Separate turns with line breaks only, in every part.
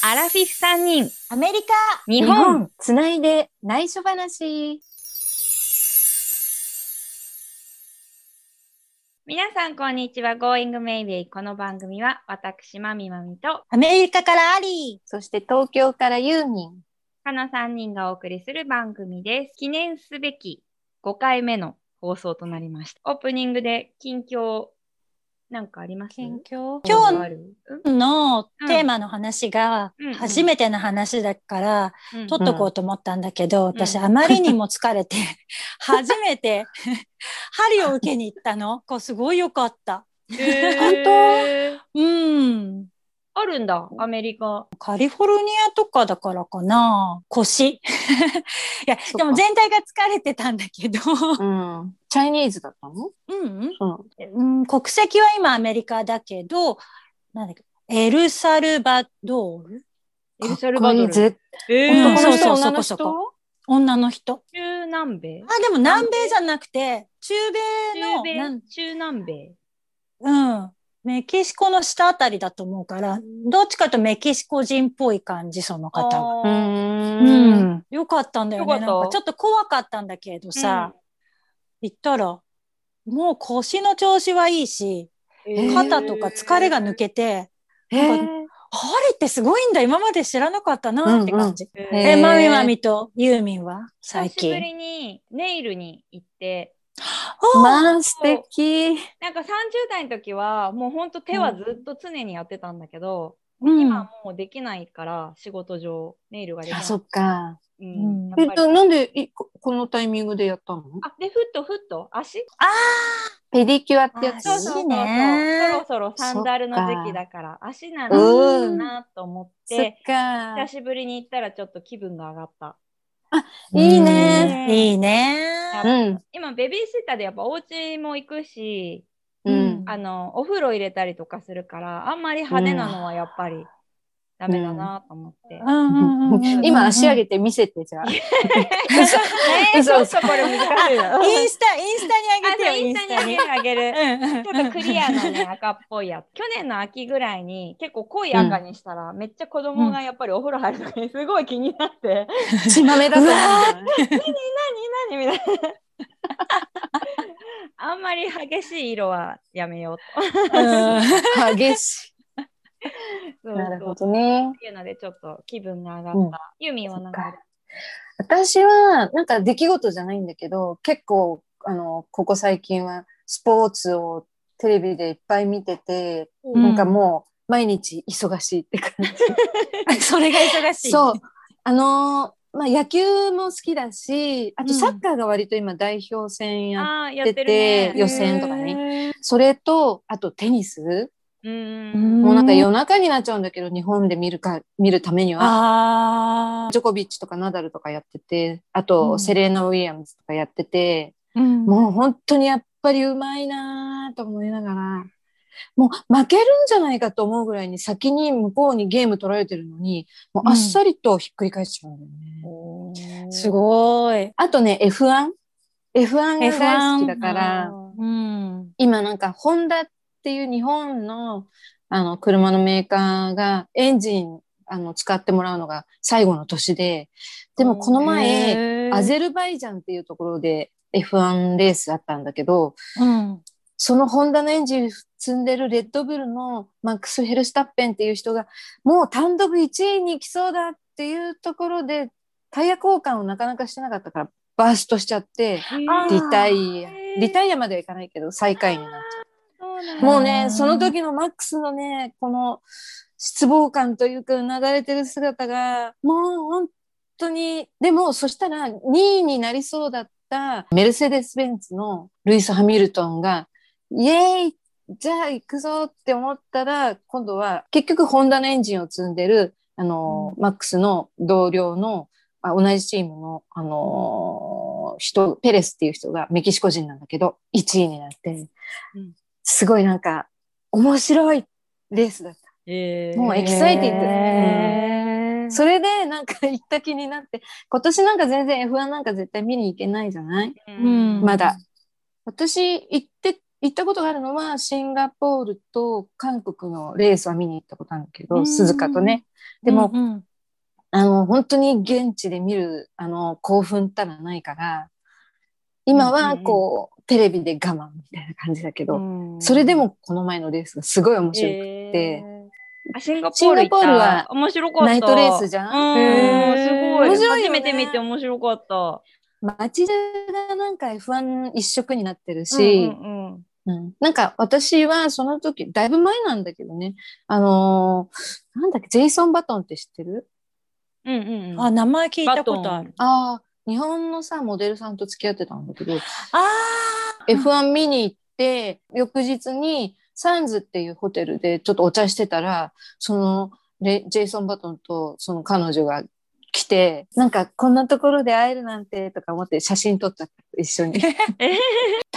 アラフィフ3人、
アメリカ
日本。
つないで内緒話。
皆さん、こんにちは。Going Maybe。この番組は、私、まみまみと、
アメリカからアリ
そして東京からユーミン。
かの3人がお送りする番組です。記念すべき5回目の放送となりました。オープニングで近況、なんかあります
近況
今日
ある、
ーのテーマの話が
うん
初めての話だから、
うんうん
撮っとこうと思ったんだけど、私あまりにも疲れて、初めて針を受けに行ったの。こうすごい良かった。
えー
うん。
あるんだ、アメリカ。
カリフォルニアとかだからかな腰。 いや、
そっか
でも全体が疲れてたんだけど。
うん。チャイニーズだったの
うん、
うん。
うん、国籍は今アメリカだけど、なんだっけ、エルサルバドール
エルサルバドル。
絶
え
対
う
ー
ん
男の人、
そうそう
女の
そこそ
人
女の人。
中南米
あ、でも南米じゃなくて、中米
中
の
米
なん
中南米。
うん、メキシコの下あたりだと思うから、どっちかとメキシコ人っぽい感じ、その方が。
あ
う
ー
ん
うん、よかったんだよね。
よ
な
かっ
ん
た
かちょっと怖かったんだけどさ、行ったら、もう腰の調子はいいし、
えー
肩とか疲れが抜けて、なんかハリってすごいんだ、今まで知らなかったなって感じ。
え
うん
ー
へ
え、
ー
まみまみとユーミンは
久
最
しぶ
近。
りにネイルに行って
あ
まあ素敵。
なんか30代の時はもうほんと手はずっと常にやってたんだけ
うん
ど、今はもうできないから仕事上ネイルができない
あ、そっか。
うん
うん
や
え
っ
っ
ぱり
と、なんでいここのタイミングでやったの
あでフットフット足
あ
ペディキュアってやつ
あ
そうそうそうそうそ
ね
ろそろサンダルの時期だから足な
う
の
ん
いいなと思っ
そってか
久。しぶりに行ったらちょっと気分が上がった
ー
いいね
うんいいね。
うん。
今ベビーシッターでやっぱお家も行くし
うん。
あのお風呂入れたりとかするからあんまり派手なのはやっぱりダメだなと思って。
うんうんうんうん
今足上げて見せてじゃあ。
えーちょっとこれ難しい な。
あ
あ
インスタ、インスタに上げて
そう
よ、
イ
イ
ン
ン
ス
ス
タ
タ
に
に。
あげる。ち
ち
ょっとクリアのね赤っぽいやつ。去年の秋ぐらいに結構濃い赤にしたら、めっちゃ子供がやっぱりお風呂入る時にすごい気にな って、
血まめだと思うんだね。
何みたいな。あんまり激しい色はやめようと。
激し
そ
い。
う
なるほ
そう
どね
っ。ていうのでちょっと気分が上がった。
うん
ユーミンはなんかある
私は、なんか出来事じゃないんだけど、結構、あの、ここ最近はスポーツをテレビでいっぱい見てて、
うん
なんかもう毎日忙しいって感
それが忙し
じ。
い。
そう。あのー、まあ野球も好きだし、あと
うん
サッカーが割と今代表戦や、
あーや
やってて予選とか
ね。
それと、あとテニス、
う。
うんん
もうなんか夜中になっちゃうんだけど、日本で見るか、見るためには。
あ
ジョコビッチとかナダルとかやってて、あ
う
と
ん
セレーナ・ウィリアムズとかやってて、
あ。も
もう本当にやっぱりうまいなぁと思いながら、もう負けるんじゃないかと思うぐらいに先に向こうにゲーム取られてるのに、もうあっさりとひっくり返しちゃうんだよね。
う、すごい。
あとね、F1。F1 が大好きだか
あ
ら、
ー
うん。
今なんかホンダっていう日本のあの車のメーカーがエンジンあの使ってもらうのが最後の年で、でもこの前、
へー
アゼルバイジャンっていうところで F1 レースあったんだけど、
うん。
そのホンダのエンジン積んでるレッドブルのマックス・ヘルスタッペンっていう人が、もう単独1位に来そうだっていうところで、タイヤ交換をなかなかしてなかったから、バーストしちゃって、
あー
リタイア
へ、ー
リタイアまではいかないけど、最下位になっちゃ
そうなん
う。
だ
もう
あ
ね
ー、
その時のマックスのね、この失望感というか、流れてる姿が、もう本当に、でも、そしたら2位になりそうだったメルセデス・ベンツのルイス・ハミルトンが、イエーイじゃあ行くぞって思ったら、今度は結局ホンダのエンジンを積んでる、あの、マックスの同僚の、あ同じチームの、あのー人、ペレスっていう人がメキシコ人なんだけど、1位になって、
うん
すごいなんか、面白いレースだった。
へー
もうエキサイティング
へー
それでなんか行った気になって、今年なんか全然 F1 なんか絶対見に行けないじゃない
うん
うん
まだ。私行って行ったことがあるのはシンガポールと韓国のレースは見に行ったことあるんだけ
う
ど
ん
鈴鹿とねでも、
うんうん
あの本当に現地で見るあの興奮ったらないから今はこう、テレビで我慢みたいな感じだけど、
うん
それでもこの前のレースがすごい面白い、
えー
あシンガポ
シ
ール
ンガ
行
ポ
っ
ー
た
ルは
面白かった
ナイトレースじゃん
うん
へー
すごい
面白いよね
初めて見て面白かった
街中がなんか F1 一色になってるし、
うんうん
うんなんか私はその時、だいぶ前なんだけどね、あのーなんだっけ、ジェイソン・バトンって知ってる
うんうんうん
あ名前聞いたこ
バトン
とある。
ああ、日本のさ、モデルさんと付き合ってたんだけど、
あ
F1 見に行って、翌日にサンズっていうホテルでちょっとお茶してたら、そのレジェイソン・バトンとその彼女が来て、なんかこんなところで会えるなんてとか思って写真撮った、一緒に。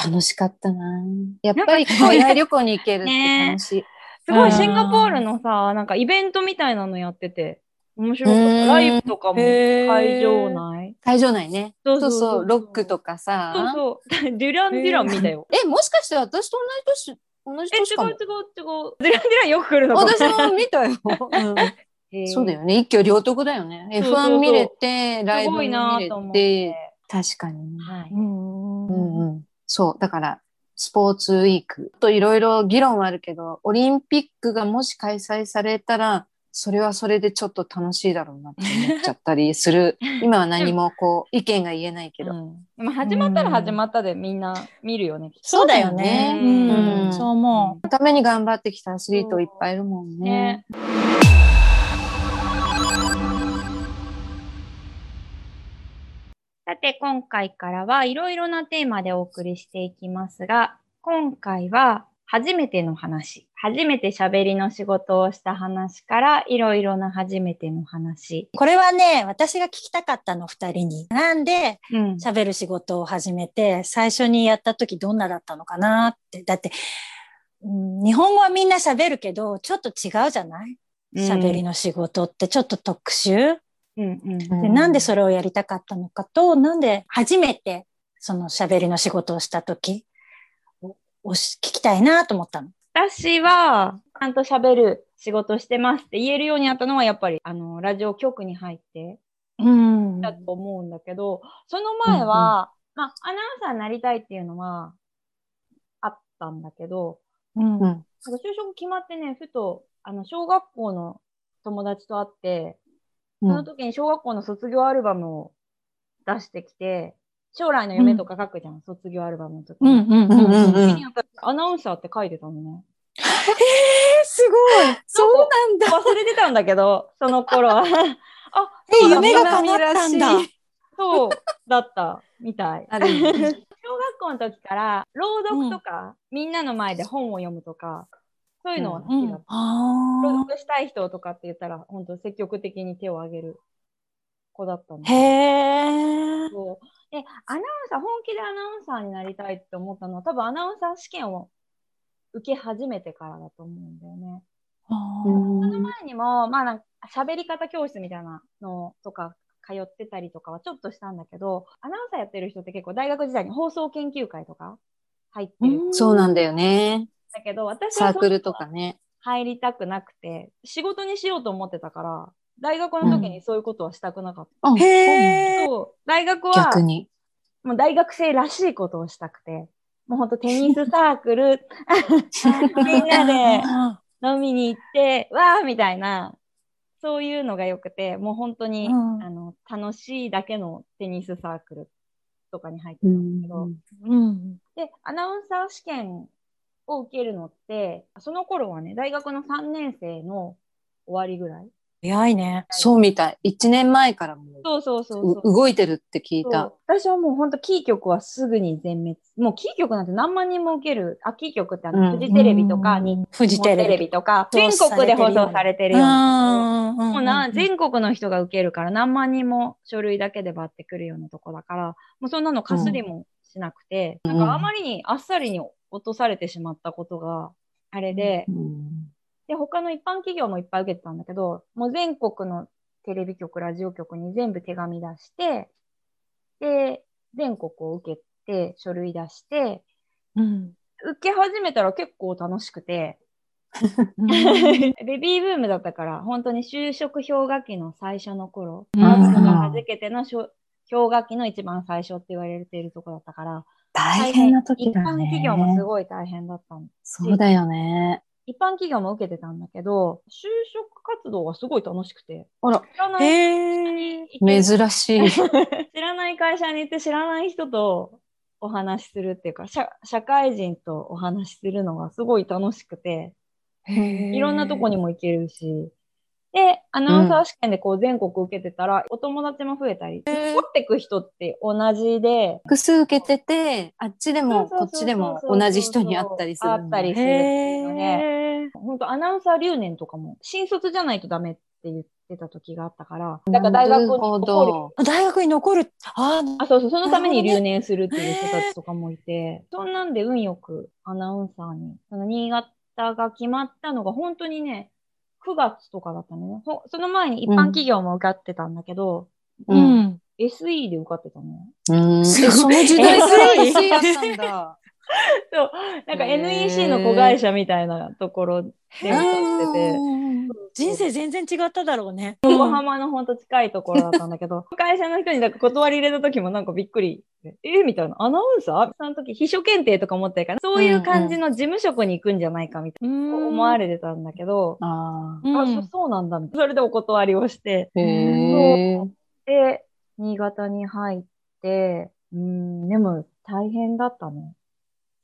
楽しかったなやっぱり海外旅行に行けるって楽しい。
すご
あ
い
ー
シンガポールのさなんかイベントみたいなのやってて面白かっ
う
た
ん
ライブとか
あ
も会場内
会場内ね。
そうそ
そうう
そうそう
そう、ロックとかさ。
そうそうデュラン・デュランみたいよ
え、もしかして私と同じ年、同じ
え違う違
年か
う違
も
う。デュラン・デュランよく来るのかも
私も見たよ。うんそうだよね。一挙両得だよね。
そうそうそう
F1 見れて、ライ
す
ブも
ごい
見
な
れ
と思ってて。
確かにね。
はい
うんう
うん
うん
うん。そう。だから、スポーツウィークといろいろ議論はあるけど、オリンピックがもし開催されたら、それはそれでちょっと楽しいだろうなって思っちゃったりする。今は何もこう、意見が言えないけど。
うんでも始まったら始まったでみんな見るよね。
そうだよね。
そうだよね
うん
うん
そう思う。
ために頑張ってきたアスリートいっぱいいるもん
ね。。
ね
さて、今回からはいろいろなテーマでお送りしていきますが、今回は初めての話、初めて喋りの仕事をした話からいろいろな初めての話。
これはね、私が聞きたかったの、二人に。なんで、
うん
喋る仕事を始めて、最初にやった時どんなだったのかなって。だって、うん日本語はみんな喋るけど、ちょっと違うじゃない喋りの仕事ってちょっと特殊、
うんうん
う
でなんでそれをやりたかったのかと、なんで初めてその喋りの仕事をした時ををし聞きたいなと思ったの。
私は、ちゃんと喋る仕事してますって言えるようになったのは、やっぱり、あの、ラジオ局に入って
うん
だと思うんだけど、その前は、まあ、アナウンサーになりたいっていうのは、あったんだけど、
うん
うん
なんか就職決まってね、ふと、あの、小学校の友達と会って、その時に小学校の卒業アルバムを出してきて、将来の夢とか書くじゃん、卒業アルバムの時
う
に。
んうんうんうん。
うん
に私アナウンサーって書いてたのね。
すごい。
そうなんだ。
忘れてたんだけど、 その頃は。あ、
え、
そうだ
夢が叶ったんだ。
南らし
そうだったみ たい。
ある意味
小学校の時から朗読とか、みんなの前で本を読むとかそういうのは好
う
き
ん
だっ
あ
た、朗
あ。
読したい人とかって言ったら本当積極的に手を挙げる子だったんです
へえ。
そうでアナウンサー本気でアナウンサーになりたいって思ったのは多分アナウンサー試験を受け始めてからだと思うんだよね。
あ
う
ー
ん
前にもまあなんか喋り方教室みたいなのとか通ってたりとかはちょっとしたんだけどアナウンサーやってる人って結構大学時代に放送研究会とか入ってる
そうなんだよね。
だけど、私
サ
は
ー
そ
ク
う
ルとかね。
入りたくなくて、仕事にしようと思ってたから、大学の時にそういうことはしたくなかっ
へ
た。
え。
そう大学は
逆、に。
もう大学生らしいことをしたくて、もうほんとテニスサークル、 みんなで飲みに行って、わーみたいな、そういうのが良くて、もう本当に、
うん
あの楽しいだけのテニスサークルとかに入って
う
たんだけど、
ん
うん。
で、アナウンサー試験を受けるのって、その頃はね、大学の3年生の終わりぐらい。
早いね。
そうみたい。一年前からも
そうそうそう
う
そう。
う動いてるって聞い
そ
た
う。私はもう本当、キー局はすぐに全滅。もうキー局なんて何万人も受ける。あ、キー局ってあの、
うん
フジテレビとか、
うん
日
フジテ
本テ
レ
レ
ビ。
ビとか、
放
全
送
国で放送されてるような。もうな、
全
全国の人が受けるから何万人も書類だけでバってくるようなとこだから、もうそんなのかすりもしなくて、
うん
なんかあまりにあっさりに落とされてしまったことがあれで、
うん
で、他の一般企業もいっぱい受けてたんだけど、もう全国のテレビ局、ラジオ局に全部手紙出して、で、全国を受けて、書類出して、受け始めたら結構楽しくて、 ベビーブームだったから、本当に就職氷河期の最初の頃、
うん
マスクがはじけてのしょ氷河期の一番最初って言われているところだったから、
大変な時だ
一般
ね。
企業もすごい大変だったの。
そうだよね。
一般企業も受けてたんだけど、就職活動がすごい楽しくて、
あら
知らない
へえ。
珍しい。
知らない会社に行って知らない人とお話しするっていうか社社会人とお話しするのがすごい楽しくていろんなとこ
に。
にも行けるしでアナウンサー試験でこう全国受けてたら、お友達も増えたり持ってく人って同じで。
複数受けてて、あっちでも
そう
こ
そうそ
っ
うそう
ちでも同じ人に会ったりする。
会ったりするっていうので本当アナウンサー留年とかも新卒じゃないとダメって言ってた時があったからだから大学に
なる
残
ほ
る
ど。
大学に残る。あー
あ、そうそう、そのために留年するっていう人たちとかもいて、 そんなんで運よくアナウンサーに、その新潟が決まったのが本当にね、9月とかだったのね。ほその前に一般企業も受かってたんだけど、
う
うん。
ん。
SE で受かってたのね。
うん。
すごい
えその時代から
SE
SE だったんだ。
そう、なんか
へー
NEC の子会社みたいなところで受かってて、
人生全然違っただろうね。
横浜のほんと近いところだったんだけど、会社の人になんか断り入れた時もなんかびっくり。えみたいな。アナウンサーその時、秘書検定とか持ってるから、そういう感じの事務職に行くんじゃないかみたいな。思
思
わ
れ。
れてたんだけど、
あ
うん
あそそうなんだみたいなそれでお断りをして
あ。へえ。
で新潟に入ってうんでも大変だったね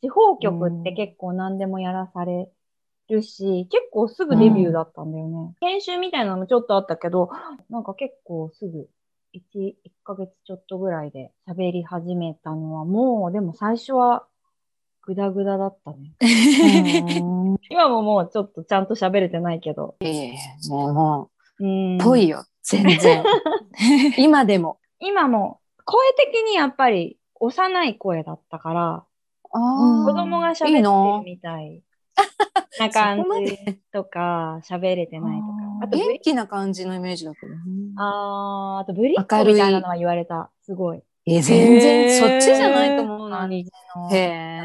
地方局って結構何でもやらされるし、結構すぐデビューだったんだよね、研修みたいなのもちょっとあったけどなんか結構すぐ 1, 1ヶ月ちょっとぐらいで喋り始めたのはもうでも最初はグダグダだったね
うん
今ももうちょっとちゃんと喋れてないけど
いやいやいやもうも
うん
う、ぽいよ、全然。今でも。
今も声的にやっぱり幼い声だったから、
あ
子供が喋って
いい
る
の
みたいな感
そこま
じとか、喋れてないとか。あとブ
元
リ、
気な感じのイメージだけどね。
あーあとブリッコみたいなのは言われた。すごい。
え、全
へー
然、そっちじゃないと思うな。
感
へ
じの
え。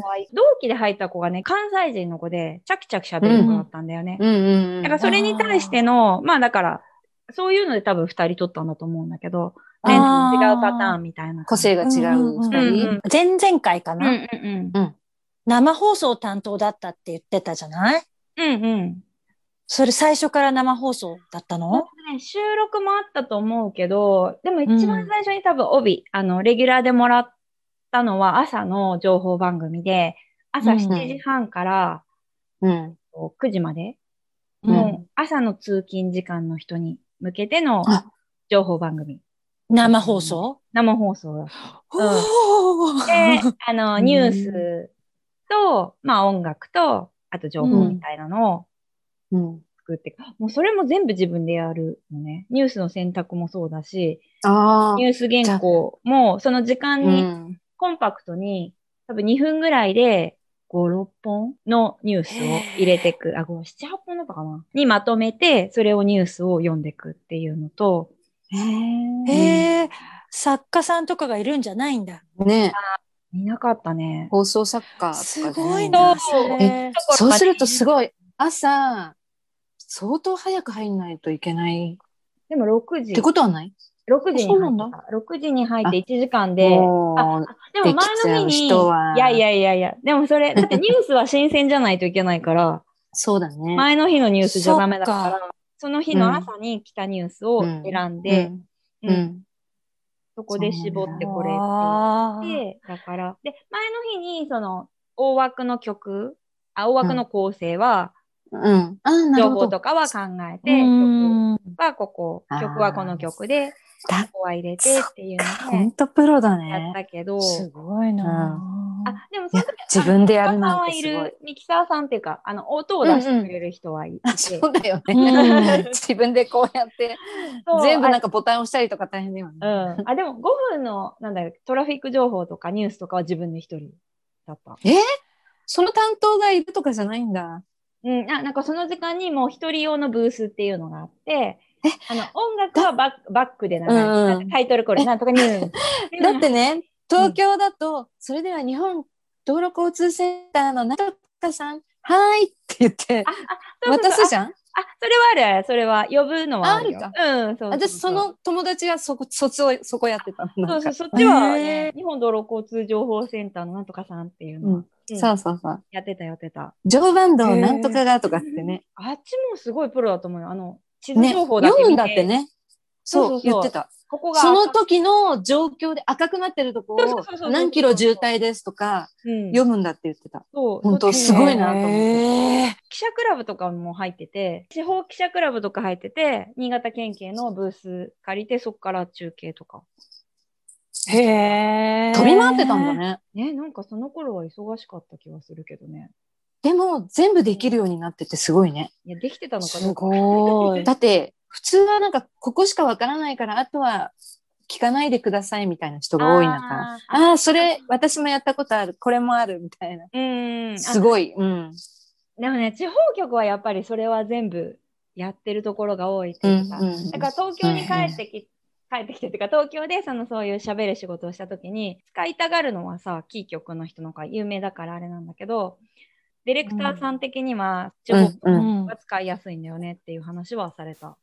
可愛い同期で入った子がね、関西人の子で、チャキチャキ喋る子だったんだよね。
うんうんうん。
だからそれに対しての、まあだから、そういうので多分二人取ったんだと思うんだけど、全
あー
然違うパターンみたいな。
個性が違う
うん
うんう
二
ん
人。
前々回か
うんう
な。
んうん。
生放送担当だったって言ってたじゃない
うんうん。
それ最初から生放送だったの
ね、収録もあったと思うけど、でも一番最初に多分帯、あの、レギュラーでもらったのは朝の情報番組で、朝
うん
7時半から
うん。
こう9時まで、
うん
もう朝の通勤時間の人に向けての
あ
情報番組、
生放送
生放送だっうん
おー
た。で、 あの、
うん
ニュースと、まあ音楽と、あと情報みたいなのを
うん。
作って、もうそれも全部自分でやるのね。ニュースの選択もそうだし、
ああ。
ニュース原稿もその時間
う
に
ん
コンパクトに、多分2分ぐらいで、5、6本のニュースを入れていく。あ、5、7、8本だったかなにまとめて、それをニュースを読んでいくっていうのと、
へえ。
へえ、作家さんとかがいるんじゃないんだ。
ね
いなかったね。
放送作家とかね。
すごい
そ
な
う。
それ
そうするとす
ごい。
ごい、朝、相当早く入んないといけない。
でも6時。
ってことはない
6時に
そうな
入
ん
っ
だ
てた。6時に入って1時間で、
もう
でも前の
できちゃ
日に、
う人はい
やいやいやいや、でもそれ、だってニュースは新鮮じゃないといけないから、
そうだね。
前の日のニュースじゃダメだか
そっ
ら、その日の朝に来たニュースを選んで、
うん、
う
うんん。
そこで絞ってこれ
あ
って
ー
言って、だから、で、前の日にその大枠の曲、あ、大枠の構成は、
うん。ああ、なる
情
ほ
報
ど。
とかは考え
う
て、曲
ん
はここ、
あー
曲はこの曲で、
だ
ここは入れてっていう
ほ
の
んとプロだ
で、やっ
ね。
たけど、
すごいな。
あ、でも
い
その
や
時は、
自分でやる
あ
な
の
んて
ミキ
す
サー
ご。
はいる、ミキサーさんっていうか、あの、音を出してくれる人はいて、
あ そうだよね。
うん
自分でこうやって、
そう
全部なんかボタン押したりとか大変だよ
う
ね。
ん。あ、でも5分の、なんだろう、トラフィック情報とかニュースとかは自分で一人だった。
えその担当がいるとかじゃないんだ。
うん。あ、なんかその時間にもう一人用のブースっていうのがあって、あの、音楽はバックバックで流れる、
うんうん
タイトルコール、なんとかニュース。
だってね、東京だと、それでは日本道路交通センターの中岡さん、はいって言って
あ、あ、そうそう
渡
そう
すじゃん
あ、あそれはある。それは、呼ぶのはあるよ。
ある
うん、そうそうそう
私、その友達がそこ、そっちを、そこやってたの。
そ
な
うんそ
か
う、そっちは、
へー
日本道路交通情報センターのなんとかさんっていうのは、うん
そうそうそう。
やってた、やってた。
常磐道なんとかがとかってね。
あっちもすごいプロだと思うよ。あの、地図
ね、
情報だけ見て、
読むんだって。ね。そう
そうそうそう
言ってた。
ここが、
その時の状況で赤くなってるとこ
そうそうそうそう
を何キロ渋滞ですとか
うん、
読むんだって言ってた。
そう
本当
そっち
すごいなと思って
へー
記者クラブとかも入ってて、地方記者クラブとか入ってて、新潟県警のブース借りて、そこから中継とか。
へー
飛び回ってたんだ。ね。
ね、なんかその頃は忙しかった気はするけどね。
でも全部できるようになっててすごいね。
いや、できてたのか
す
な
ごい。
だって普通はなんかここしかわからないからあとは聞かないでくださいみたいな人が多い中。
あー
ああ、それ私もやったことある。これもあるみたいな。
うん。
すごい。うん。
あでもね、地方局はやっぱりそれは全部やってるところが多いって
う
いうんか、
うん
だから東京に帰ってき、帰ってきてっていうか、東京でそのそういう喋る仕事をした時に、使いたがるのはさ、キー局の人の方が有名だからあれなんだけど、ディレクターさん的には、地
う
方
んうん
が使いやすいんだよねっていう話はされた。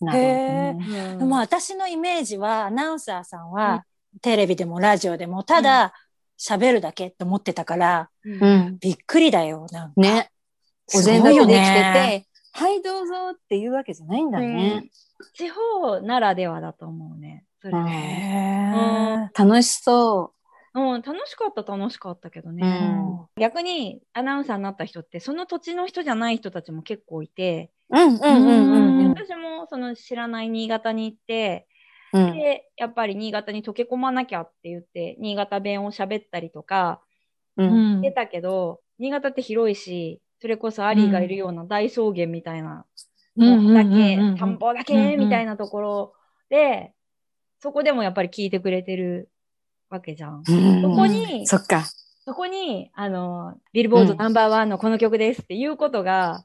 な
へ
るほどね
うん
でも私のイメージはアナウンサーさん
うん
はテレビでもラジオでもただ喋るだけって思ってたから
うん
うん。
びっくりだよ。なんか
ね。お
す
膳
ごい
立
よ
てできてて、
ね。
はい、どうぞっていうわけじゃないんだね。
地方ならではだと思うね。それは
うん
ね
へ
楽しそ
うん、楽しかった楽しかったけどね。
ーうん
逆にアナウンサーになった人ってその土地の人じゃない人たちも結構いて、
う。うんうんうんうんうん。
私もその知らない新潟に行って、
うん
でやっぱり新潟に溶け込まなきゃって言って新潟弁を喋ったりとか
う
うんん
出たけど、新潟って広いしそれこそアリーがいるような大草原みたいな、もうだけ田んぼだ
うんう
け
ん
みたいなところでそこでもやっぱり聞いてくれてるわけじゃん。そこに
そっか。
そこに、あの、ビルボードナンバーワンのこの曲ですっていうことが、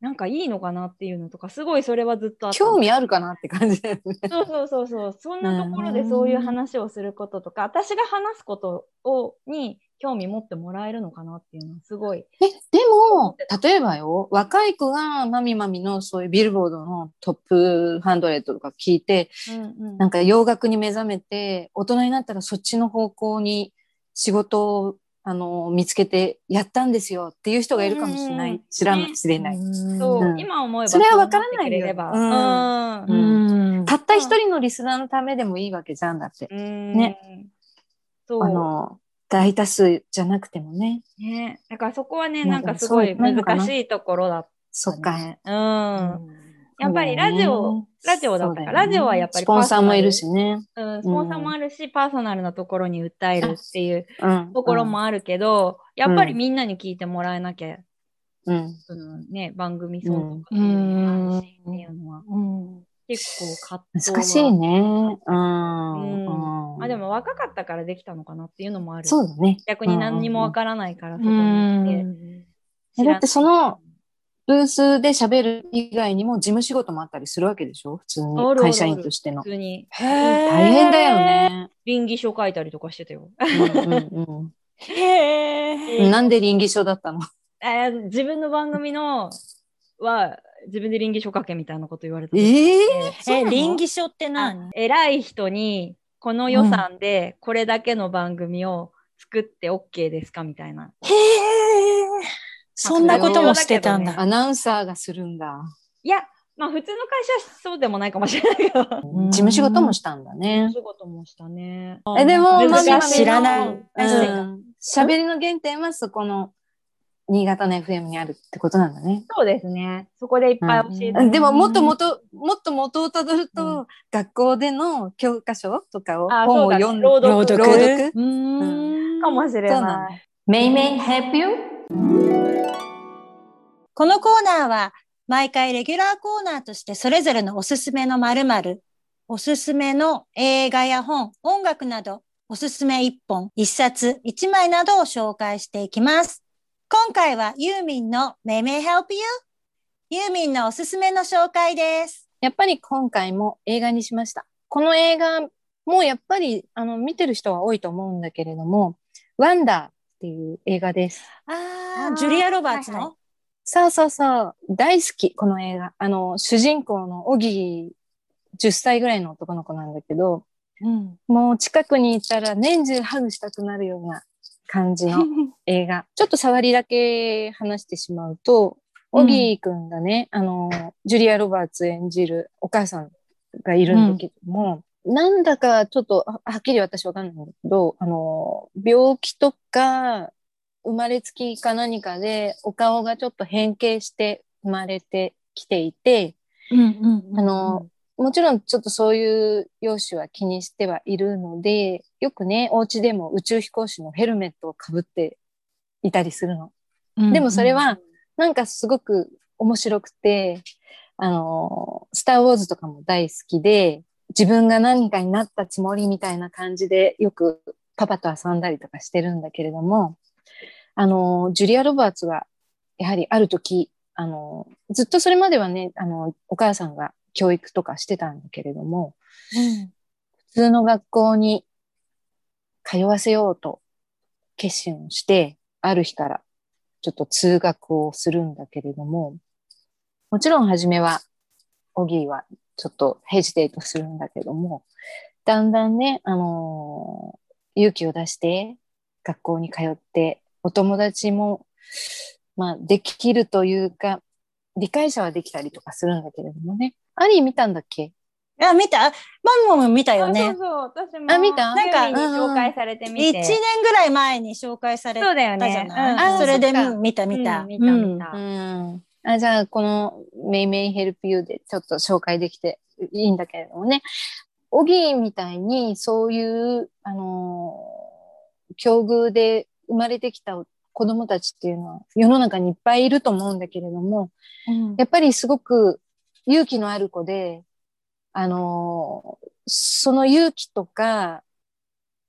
なんかいいのかなっていうのとか、すごいそれはずっとあった。
興味あるかなって感 じだよね。
そうそうそうそう。そんなところでそういう話をすることとか、私が話すことを、に興味持ってもらえるのかなっていうのは、すごい。
え、でも、例えばよ、若い子がマミマミのそういうビルボードのトップ100とか聞いて、
うん
なんか洋楽に目覚めて、大人になったらそっちの方向に仕事をあの見つけてやったんですよっていう人がいるかもしれな
うんう
い
ん。
知ら
ね
ん、知れない。
そう、
うん
今思えば。
それは分からない
そう思ってく
よ
れれば。
う
うん。
うん
たった一人のリスナーのためでもいいわけじゃんだって。
うん
ね。
そ
あ
う。
の、大多数じゃなくてもね。
ね。だからそこはね、
ま
な
あ
んかすごい
でもそうな
難
のかな
しいところだっ
そっか。
た。うん。やっぱりラジオ、ラジオだったからラジオはやっぱり
スポンサーもいるしね。
うん、スポンサーもあるし、パーソナルなところに訴えるっていう
うん。
ところもあるけど、やっぱりみんなに聞いてもらえなきゃ、
うん。
そのね、番組相続って
う
いうんのっていうのは
うん
結構葛藤は
難しいね。うん。
うん
うん
まあでも若かったからできたのかなっていうのもある。
そうだね。
逆に何にもわからないから、そこに行って知ら
だ
ない。
ってそのブースで喋る以外にも事務仕事もあったりするわけでしょ普通
あるあ
に
る
会社員としての
普。通に
へー
大変だよ。ね。
倫理書書いたりとかしてたよ。
うんうん
へ
うん
ー
なんで倫理書だったの
あ自分の番組のは自分で倫理書書けみたいなこと言われた。
ええ
え、倫理書って何
偉い人にこの予算でこれだけの番組を作って OK ですかみたいな。
へえ。そんなこともしてたんだ。
アナウンサーがするんだ。
いや、まあ普通の会社はそうでもないかもしれないけど。
ん
事務仕事もしたんだね
お。仕事もしたね。
えでも
うん
マミマミの
知ら
ないう確か
ん喋りの原点はそこの新潟の FM にあるってことなんだね。
そうですね。そこでいっぱい教え
うん
て。
でももっともっともっと元をたどると、学校での教科書とかを
あ
本を読んで
そうだね朗
読
朗読
うーん
かもしれ
そうな
なんい。
メイメイ help you?
このコーナーは毎回レギュラーコーナーとしてそれぞれのおすすめの〇〇、おすすめの映画や本、音楽など、おすすめ1本、1冊、1枚などを紹介していきます。今回はユーミンのめいめい Help You? ユーミンのおすすめの紹介です。
やっぱり今回も映画にしました。この映画もやっぱりあの見てる人は多いと思うんだけれども、ワンダーっていう映画です。
あ
あー
あ、ジュリア・ロバーツ
はいは
の
そうそうそう。大好き、この映画。あの、主人公のオギー、10歳ぐらいの男の子なんだけど、
うん。
もう近くにいたら年中ハグしたくなるような感じの映画。ちょっと触りだけ話してしまうと、
うん
オギーくんがね、あの、ジュリア・ロバーツ演じるお母さんがいるんだけども、なんだかちょっとははっきり私わかんないんだけど、あの、病気とか、生まれつきか何かで、お顔がちょっと変形して生まれてきていて、
うんうんうん。
あの、もちろんちょっとそういう容姿は気にしてはいるので、よくね、お家でも宇宙飛行士のヘルメットをかぶっていたりするの。でもそれは、なんかすごく面白くて、あの、スター・ウォーズとかも大好きで、自分が何かになったつもりみたいな感じで、よくパパと遊んだりとかしてるんだけれども、あの、ジュリア・ロバーツは、やはりある時、あの、ずっとそれまではね、あの、お母さんが教育とかしてたんだけれども、
うん、
普通の学校に通わせようと決心をして、ある日からちょっと通学をするんだけれども、もちろん初めは、オギーはちょっとヘジテイトするんだけども、だんだんね、あのー勇気を出して学校に通って、お友達も、まあ、できるというか、理解者はできたりとかするんだけれどもね。アリー見たんだっけ
いや、見た、あマミも見たよ
そう
ね
そう。そう、私も。
あ見た
なん
な
か、
ん
か
紹介されてみ
一
て。
年ぐらい前に紹介され
そうだよ
たじゃ
ね。うん
ない。
あ
それで
そっか
うん見た見
う
た
ん。見た見た。
うんあじゃあ、このメイメイヘルプユーでちょっと紹介できていいんだけれどもね。オギーみたいにそういう、あのー境遇で生まれてきた子供たちっていうのは世の中にいっぱいいると思うんだけれども、
うん
やっぱりすごく勇気のある子で、あのーその勇気とか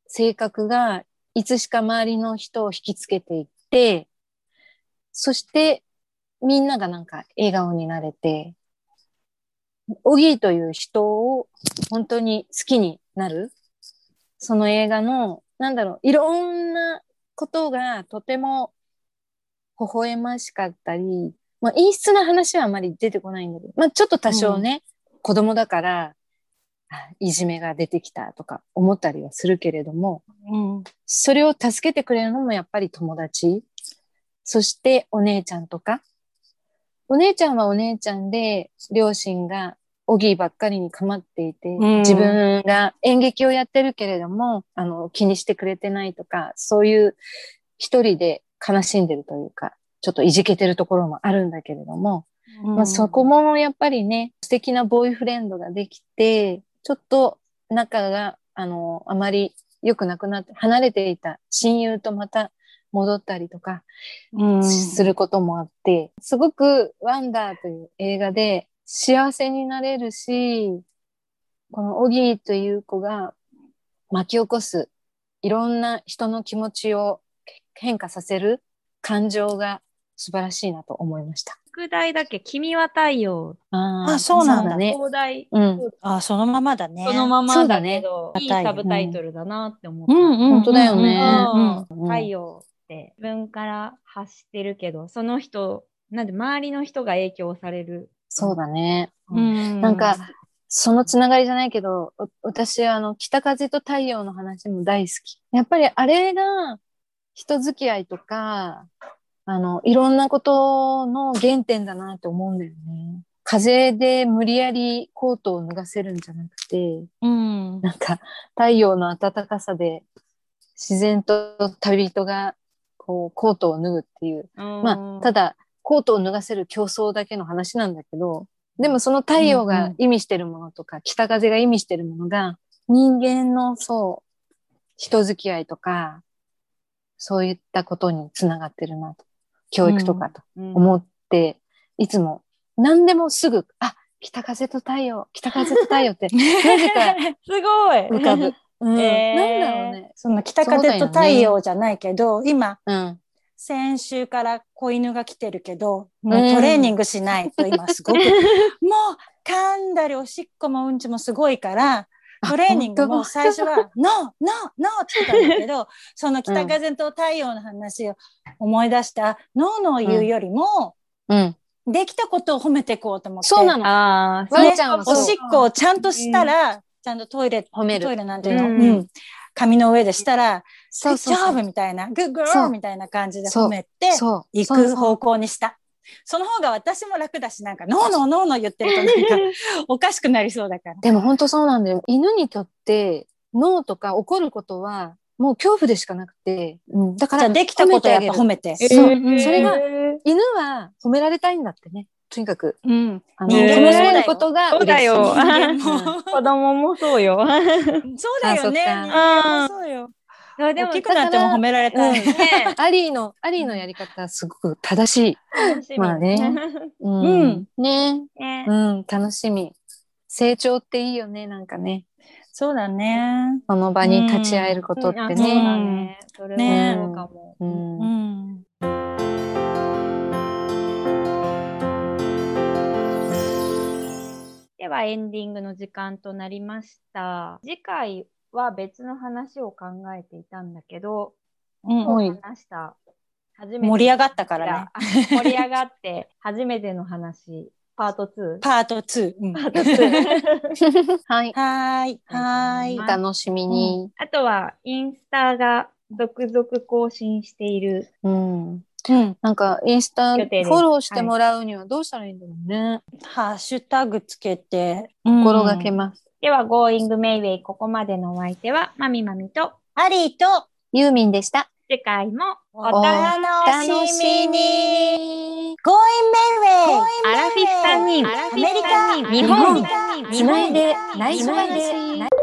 性格がいつしか周りの人を引きつけていって、そしてみんながなんか笑顔になれて、オギーという人を本当に好きになる。その映画の、なんだろう、いろんなことがとても微笑ましかったり、まあ、陰湿な話はあまり出てこないんだけど、まあ、ちょっと多少ね、子供だから、あいじめが出てきたとか思ったりはするけれども、
うん
それを助けてくれるのもやっぱり友達。そしてお姉ちゃんとか。お姉ちゃんはお姉ちゃんで、両親がオギーばっかりに構っていて、
うん
自分が演劇をやってるけれども、あの、気にしてくれてないとか、そういう一人で悲しんでるというか、ちょっといじけてるところもあるんだけれども、まあ、そこもやっぱりね、素敵なボーイフレンドができて、ちょっと仲が、あの、あまり良くなくなって、離れていた親友とまた戻ったりとか
うん
することもあって、すごくワンダーという映画で幸せになれるし、このオギーという子が巻き起こすいろんな人の気持ちを変化させる感情が素晴らしいなと思いました。
宿題だっけ君は太陽。
あー
あそうなんだ
そうだね。
東大。
うん。
あ、そのままだね。
そのま
そ
ま
う
だけ
だね
ど、いい
硬い
サブタイトルだなって思った。
うんうんうん
本当だよね
うん
うん
太陽って自分から発してるけど、その人、なんで周りの人が影響される。
そうだね。
うん
なんか、そのつながりじゃないけど、お私はあの、北風と太陽の話も大好き。やっぱりあれが、人付き合いとか、あの、いろんなことの原点だなって思うんだよね。風で無理やりコートを脱がせるんじゃなくて、
うん。
なんか太陽の暖かさで自然と旅人がこうコートを脱ぐっていうまあ、た
だ、
だ、コートを脱がせる競争だけの話なんだけど、でもその太陽
うんう
が
ん
意味してるものとか、北風が意味してるものが、人間のそう、人付き合いとか、そういったことにつながってるなと。教育とかと
うん
思って、いつも何でもすぐ、あ、北風と太陽、北風と太陽 って、なぜか
すごい
浮かぶ。うん
えー
なんだろうね。
その北風と太陽じゃないけど、今、
うん。
先週から子犬が来てるけど、も
う
うんトレーニング しないと今すごく、もう噛んだりおしっこもうんちもすごいから、トレーニング
本
も
当
最初 は「ノーノーノー」って言ったんだけどその北風と太陽の話を思い出した「ノーノー」言うよりも、
うん。
できたことを褒めていこうと思って
そうなの
ああ、
ワンちゃんは
お
そう
しっこをちゃんとしたら、ちゃんとトイレ
褒める
トイレなんていうの、
う
うんん紙の上でしたら「
そ
グ
う
ッジ
そう
ョ
そ
ブ」
う。
みたいな「グッグロ
そう
ー」みたいな感じで
そう
褒めて
そう。
行
そう
く方向にした。その方が私も楽だし、なんか、ノーノーノーノー言ってると なんか、おかしくなりそうだから。
でも本当そうなんだよ。犬にとって、脳とか怒ることは、もう恐怖でしかなくて、うん、だか
じゃ
ら
あ、できたことはやっぱ褒
めて
めて。
えそうそれがあげる。犬は褒められたいんだってね。とにかく、
うん。
あ
人
間
褒
も
め
そうだよ
られることが
そうだよ
人間
うん
も。
子供もそうよ。
そうだよね。
あそ
人間も
か
っ
そうよ。
そうで
大
も、
きくなっても褒められたい。
ね、
アリーの、アリーのやり方はすごく正しい。
楽しみ
まあねう
うん。
ね
ね
うん、楽しみ。成長っていいよね、なんかね。
そうだね。
その場に立ち会えることって
うんあそう
ね。
だね。それ
ね
はそうかも。
うん
うん。
ではエンディングの時間となりました。次回は別の話を考えていたんだけど、
うん。
はい
今日話した初めて
盛り上がったからね
あ盛り上がって初めての話、パート 2?
パート2。うん
パート 2。
は い。
はーい。はーい
は
お
い。
楽しみに。
あとはインスタが続々更新している。
うん。
うん。
なんか、インスタフ
予定です
ォローしてもらうにはどうしたらいいんだろうね。
ハッシュタグつけて。
心がけます。
では、Going Mayway ここまでのお相手は、まみまみと、
ありと、
ユーミンでした。
次回もお
お楽しみに。
に。
ゴーインメイウェイ
アラフィフ3人、
アメリカ
日本
アメリカ
日本
で、内緒
内緒
話。